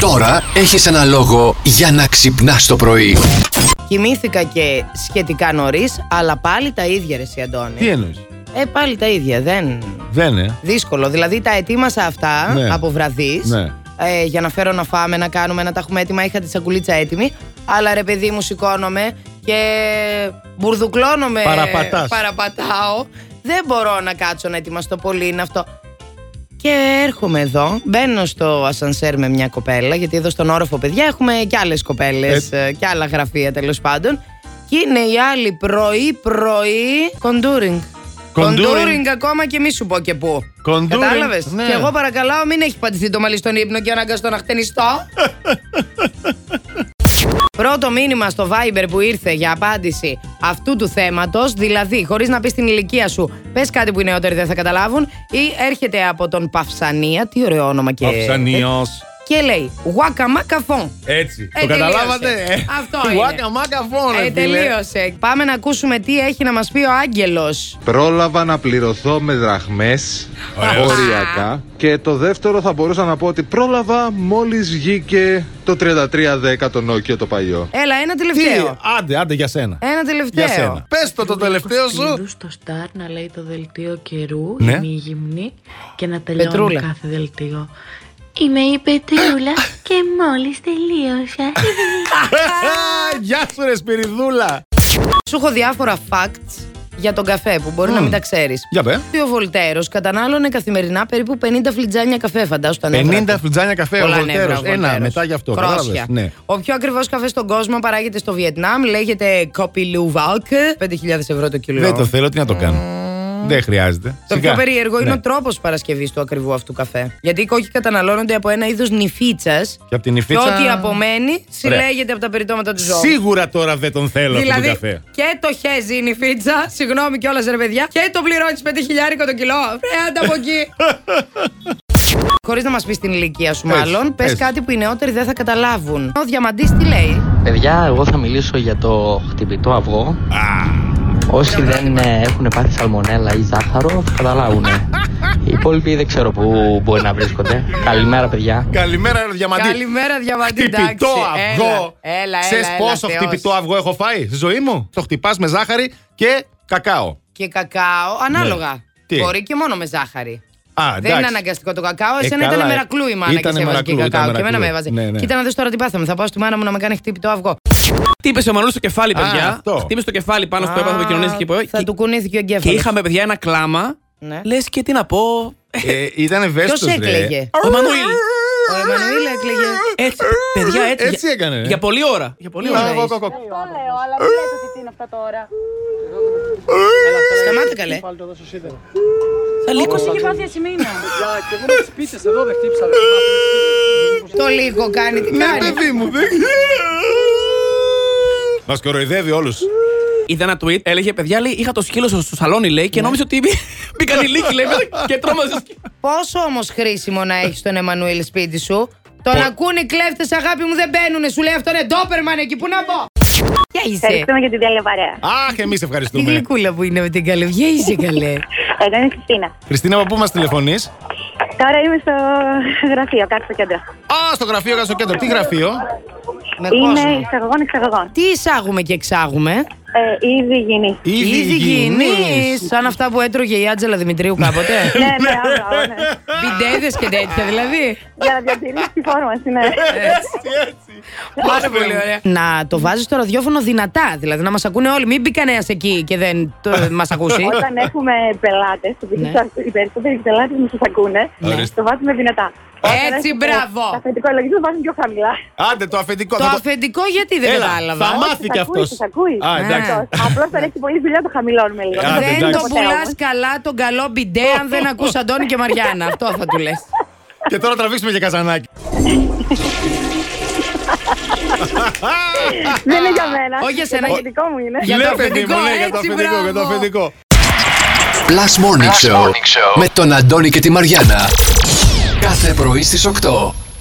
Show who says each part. Speaker 1: Τώρα έχεις ένα λόγο για να ξυπνάς το πρωί.
Speaker 2: Κοιμήθηκα και σχετικά νωρίς, αλλά πάλι τα ίδια ρε Σιαντώνη.
Speaker 3: Τι εννοείς.
Speaker 2: Ε, πάλι τα ίδια. Δεν.
Speaker 3: Δεν είναι.
Speaker 2: Δύσκολο. Δηλαδή τα ετοίμασα αυτά
Speaker 3: Ναι.
Speaker 2: από βραδύ.
Speaker 3: Ναι.
Speaker 2: Ε, για να φέρω να φάμε, να κάνουμε, να τα έχουμε έτοιμα. Είχα τη σακουλίτσα έτοιμη. Αλλά ρε παιδί μου, σηκώνομαι και μπουρδουκλώνομαι.
Speaker 3: Παραπατάς.
Speaker 2: Παραπατάω. Δεν μπορώ να κάτσω να ετοιμαστώ πολύ. Είναι αυτό. Και έρχομαι εδώ, μπαίνω στο ασανσέρ με μια κοπέλα, γιατί εδώ στον όροφο, παιδιά, έχουμε και άλλες κοπέλες και ε, άλλα γραφεία τέλος πάντων. Και είναι η άλλη πρωί-πρωί κοντούρινγκ.
Speaker 3: Κοντούρινγκ.
Speaker 2: ακόμα και μη σου πω και πού.
Speaker 3: Κοντούρινγκ,
Speaker 2: Κατάλαβες.
Speaker 3: ναι.
Speaker 2: Και εγώ παρακαλάω, μην έχει πατηθεί το μαλλί στον ύπνο και αναγκαστώ να χτενιστώ. Πρώτο μήνυμα στο Viber που ήρθε για απάντηση αυτού του θέματος, δηλαδή χωρίς να πεις την ηλικία σου, πες κάτι που οι νεότεροι δεν θα καταλάβουν, ή έρχεται από τον Παυσανία, τι ωραίο όνομα και.
Speaker 3: Παυσανίος.
Speaker 2: Και λέει Γουακαμάκαφον.
Speaker 3: Έτσι.
Speaker 2: Ε,
Speaker 3: το
Speaker 2: τελείωσε.
Speaker 3: καταλάβατε. ε?
Speaker 2: Αυτό είναι.
Speaker 3: Γουάκα μάκα φόρα.
Speaker 2: Ε, τελείωσε. Πάμε να ακούσουμε τι έχει να μας πει ο Άγγελος.
Speaker 4: Πρόλαβα να πληρωθώ με δραχμές οριακά και το δεύτερο θα μπορούσα να πω ότι πρόλαβα μόλις βγήκε το 3310 το Nokia το παλιό.
Speaker 2: Έλα, ένα τελευταίο.
Speaker 3: Άντε, άντε για σένα.
Speaker 2: Ένα τελευταίο.
Speaker 3: Για σένα. Πες το το τελευταίο σου.
Speaker 5: Πύρου στο Σταρ να λέει το δελτίο καιρού,
Speaker 3: Ναι.
Speaker 5: είναι η γυμνή και να τελειώνει
Speaker 2: Πετρούλα.
Speaker 5: κάθε δελτίο. Είμαι η Πετρούλα και μόλις τελείωσα.
Speaker 3: Α, Γεια σου, ρε Σπυριδούλα.
Speaker 2: Σου έχω διάφορα facts για τον καφέ που μπορεί να μην τα ξέρεις.
Speaker 3: Mm. Για πε.
Speaker 2: ότι ο Βολτέρος κατανάλωνε καθημερινά περίπου 50 φλιτζάνια καφέ, φαντάσου τα νεύρα
Speaker 3: 50
Speaker 2: του.
Speaker 3: φλιτζάνια καφέ ο
Speaker 2: Πολλά
Speaker 3: Βολτέρος.
Speaker 2: νεύρα ο
Speaker 3: Ένα
Speaker 2: Βολτέρος.
Speaker 3: μετά γι' αυτό.
Speaker 2: Κρόσια.
Speaker 3: κατάλαβες. Ναι.
Speaker 2: Ο πιο ακριβός καφέ στον κόσμο παράγεται στο Βιετνάμ, λέγεται Kopi Luwak. 5.000 ευρώ το κιλό.
Speaker 3: Δεν το θέλω, τι να το κάνω. Δεν χρειάζεται.
Speaker 2: Το πιο
Speaker 3: Σιγά.
Speaker 2: περίεργο είναι
Speaker 3: Ναι.
Speaker 2: ο τρόπος παρασκευής του ακριβού αυτού καφέ. Γιατί οι κόκκι καταναλώνονται από ένα είδος νυφίτσας.
Speaker 3: Και απ' την νυφίτσα-
Speaker 2: Και ό,τι απομένει συλλέγεται από τα περιτώματα του ζώου.
Speaker 3: Σίγουρα τώρα δεν τον θέλω αυτό τον
Speaker 2: Δηλαδή
Speaker 3: καφέ.
Speaker 2: και το χέζει η νυφίτσα, συγγνώμη κιόλας ρε παιδιά, και το πληρώνεις 5 χιλιάρικο το κιλό. Ρε, άντα από εκεί. Χωρίς να μας πεις την ηλικία σου,
Speaker 3: Έτσι,
Speaker 2: μάλλον, πες
Speaker 3: έτσι.
Speaker 2: κάτι που οι νεότεροι δεν θα καταλάβουν. Ο διαμαντής τι λέει.
Speaker 6: Παιδιά, εγώ θα μιλήσω για το χτυπητό αυγό. Όσοι δεν ε, έχουν πάθει σαλμονέλα ή ζάχαρο, θα καταλάβουν. Οι υπόλοιποι δεν ξέρω πού μπορεί να βρίσκονται. Καλημέρα, παιδιά.
Speaker 3: Καλημέρα, ρε Διαμαντή.
Speaker 2: Καλημέρα, διαμαντή.
Speaker 3: Χτυπητό
Speaker 2: εντάξει.
Speaker 3: αυγό.
Speaker 2: Έλα, έλα.
Speaker 3: Ξέρεις
Speaker 2: έλα,
Speaker 3: πόσο
Speaker 2: θεός.
Speaker 3: χτυπητό αυγό έχω φάει στη ζωή μου. Το χτυπάς με ζάχαρη και κακάο.
Speaker 2: Και κακάο, ανάλογα.
Speaker 3: Ναι. Τι?
Speaker 2: Μπορεί και μόνο με ζάχαρη.
Speaker 3: Α,
Speaker 2: Δεν
Speaker 3: εντάξει.
Speaker 2: είναι αναγκαστικό το κακάο.
Speaker 3: Ε,
Speaker 2: Εσένα
Speaker 3: καλά,
Speaker 2: ήταν
Speaker 3: ε.
Speaker 2: μερακλού η μάνα και
Speaker 3: Ήτανε
Speaker 2: σε έβαζε και
Speaker 3: μερακλού, ήταν
Speaker 2: κακάο. Και εμένα με
Speaker 3: μερακλού.
Speaker 2: έβαζε.
Speaker 3: Ναι, ναι.
Speaker 2: Κοίτα να δεις τώρα τι πάθαμε. Θα πάω στη μάνα μου να με κάνει χτύπητο αυγό.
Speaker 7: Χτύπησε ο Μανώλη στο κεφάλι,
Speaker 3: Α,
Speaker 7: παιδιά.
Speaker 3: αυτό.
Speaker 7: Χτύπησε το κεφάλι πάνω στο
Speaker 2: Α,
Speaker 7: έπαθλο κοινωνίστηκε.
Speaker 3: «Ε,
Speaker 2: Θα του κουνήθηκε ο
Speaker 7: Και
Speaker 2: εγκέφαλος.
Speaker 7: είχαμε, παιδιά, ένα κλάμα.
Speaker 2: Ναι.
Speaker 7: Λες και τι να πω. Ε,
Speaker 3: Ε, ήταν ευαίσθητος.
Speaker 2: Ποιος έκλαιγε.
Speaker 7: Ο Εμμανουήλ.
Speaker 2: Ο Εμμανουήλ έκλαιγε.
Speaker 7: Έτσι, παιδιά, έτσι.
Speaker 3: Έτσι
Speaker 7: για-
Speaker 3: έκανε, ε.
Speaker 7: Για πολλή ώρα. Για πολλή
Speaker 2: Ναι.
Speaker 7: ώρα.
Speaker 2: Σταμάτα καλέ.
Speaker 7: Θα
Speaker 2: Ναι.
Speaker 7: λύκωσε.
Speaker 2: Το λίγο κάνει, τι
Speaker 3: Ναι,
Speaker 2: κάνει.
Speaker 3: παιδί μου, δεν Μας κοροϊδεύει όλους.
Speaker 7: Είδα ένα tweet, έλεγε παιδιά, λέει, είχα το σκύλο στο στο σαλόνι, λέει,
Speaker 2: Ναι.
Speaker 7: και νόμιζε ότι μπήκαν οι λύκοι, λέει, μέσα και τρόμαζε.
Speaker 2: Πόσο όμως χρήσιμο να έχεις τον Εμμανουήλ σπίτι σου. Τον ακούνε οι κλέφτες, αγάπη μου δεν μπαίνουνε. Σου λέει αυτό είναι ντόπερμαν εκεί που να μπω. Ποια είσαι.
Speaker 8: Ευχαριστούμε για την διαλευαρέα.
Speaker 3: Αχ, εμείς
Speaker 2: Τι
Speaker 3: ευχαριστούμε.
Speaker 2: γλυκούλα που είναι με την καλή. Ποια είσαι καλέ.
Speaker 8: Εγώ είμαι η Χριστίνα.
Speaker 3: Χριστίνα, από πού μας τηλεφωνείς.
Speaker 8: Τώρα είμαι στο γραφείο, κάτω στο κέντρο.
Speaker 3: Α, στο γραφείο, κάτω στο κέντρο. Τι γραφείο.
Speaker 2: Με
Speaker 8: Είμαι
Speaker 2: κόσμο.
Speaker 8: εισαγωγών εξαγωγών.
Speaker 2: Τι εισάγουμε και εξάγουμε.
Speaker 8: Ε, ήδη γίνει.
Speaker 2: Ήδη
Speaker 3: γυνής.
Speaker 2: γυνής. Σαν αυτά που έτρωγε η Άτζελα Δημητρίου κάποτε.
Speaker 8: ναι, ναι, όλα, ναι.
Speaker 2: Βιντέιδες και τέτοια δηλαδή.
Speaker 8: Για να διατηρήσεις τη φόρμα, ναι.
Speaker 2: Πάρα πολύ ωραία. Να το βάζεις στο ραδιόφωνο δυνατά, δηλαδή να μας ακούνε όλοι. Μην μπει κανένας εκεί και δεν μας ακούσει.
Speaker 8: Όταν έχουμε πελάτες, που
Speaker 2: Ε. Ναι.
Speaker 8: ναι. οι περισσότεροι πελάτες μα σα ακούνε,
Speaker 3: Ορίστε.
Speaker 8: το βάζουμε δυνατά.
Speaker 2: Έτσι, μπράβο.
Speaker 8: Τα αφεντικό λογισμικό βάζουν πιο χαμηλά.
Speaker 3: Άντε το αφεντικό.
Speaker 2: Το
Speaker 3: θα το-
Speaker 2: αφεντικό γιατί δεν
Speaker 3: Έλα,
Speaker 2: κατάλαβα.
Speaker 3: θα μάθει
Speaker 8: Σας
Speaker 3: κι
Speaker 8: ακούει,
Speaker 3: αυτό.
Speaker 8: σας ακούει.
Speaker 3: Α, εντάξει.
Speaker 8: Απλώς όταν έχει πολλή δουλειά το χαμηλώνουμε λίγο.
Speaker 3: Ε, άντε,
Speaker 2: Δεν
Speaker 3: εντάξει.
Speaker 2: το πουλάς καλά τον καλό μπιντέ αν δεν ακούς Αντώνη και Μαριάννα. Αυτό θα του λες.
Speaker 3: Και τώρα τραβήξουμε και καζανάκι.
Speaker 8: Δεν είναι για μένα.
Speaker 2: Όχι για σένα.
Speaker 8: Το αφεντικό μου είναι.
Speaker 2: Για
Speaker 3: Ναι,
Speaker 2: το
Speaker 3: παιδί μου,
Speaker 2: αφεντικό,
Speaker 3: ναι, για το
Speaker 2: έτσι,
Speaker 3: αφεντικό, για το
Speaker 2: μπράβο.
Speaker 3: αφεντικό.
Speaker 1: Plus Morning, Show, με τον Αντώνη και τη Μαριάνα. Κάθε πρωί στις 8.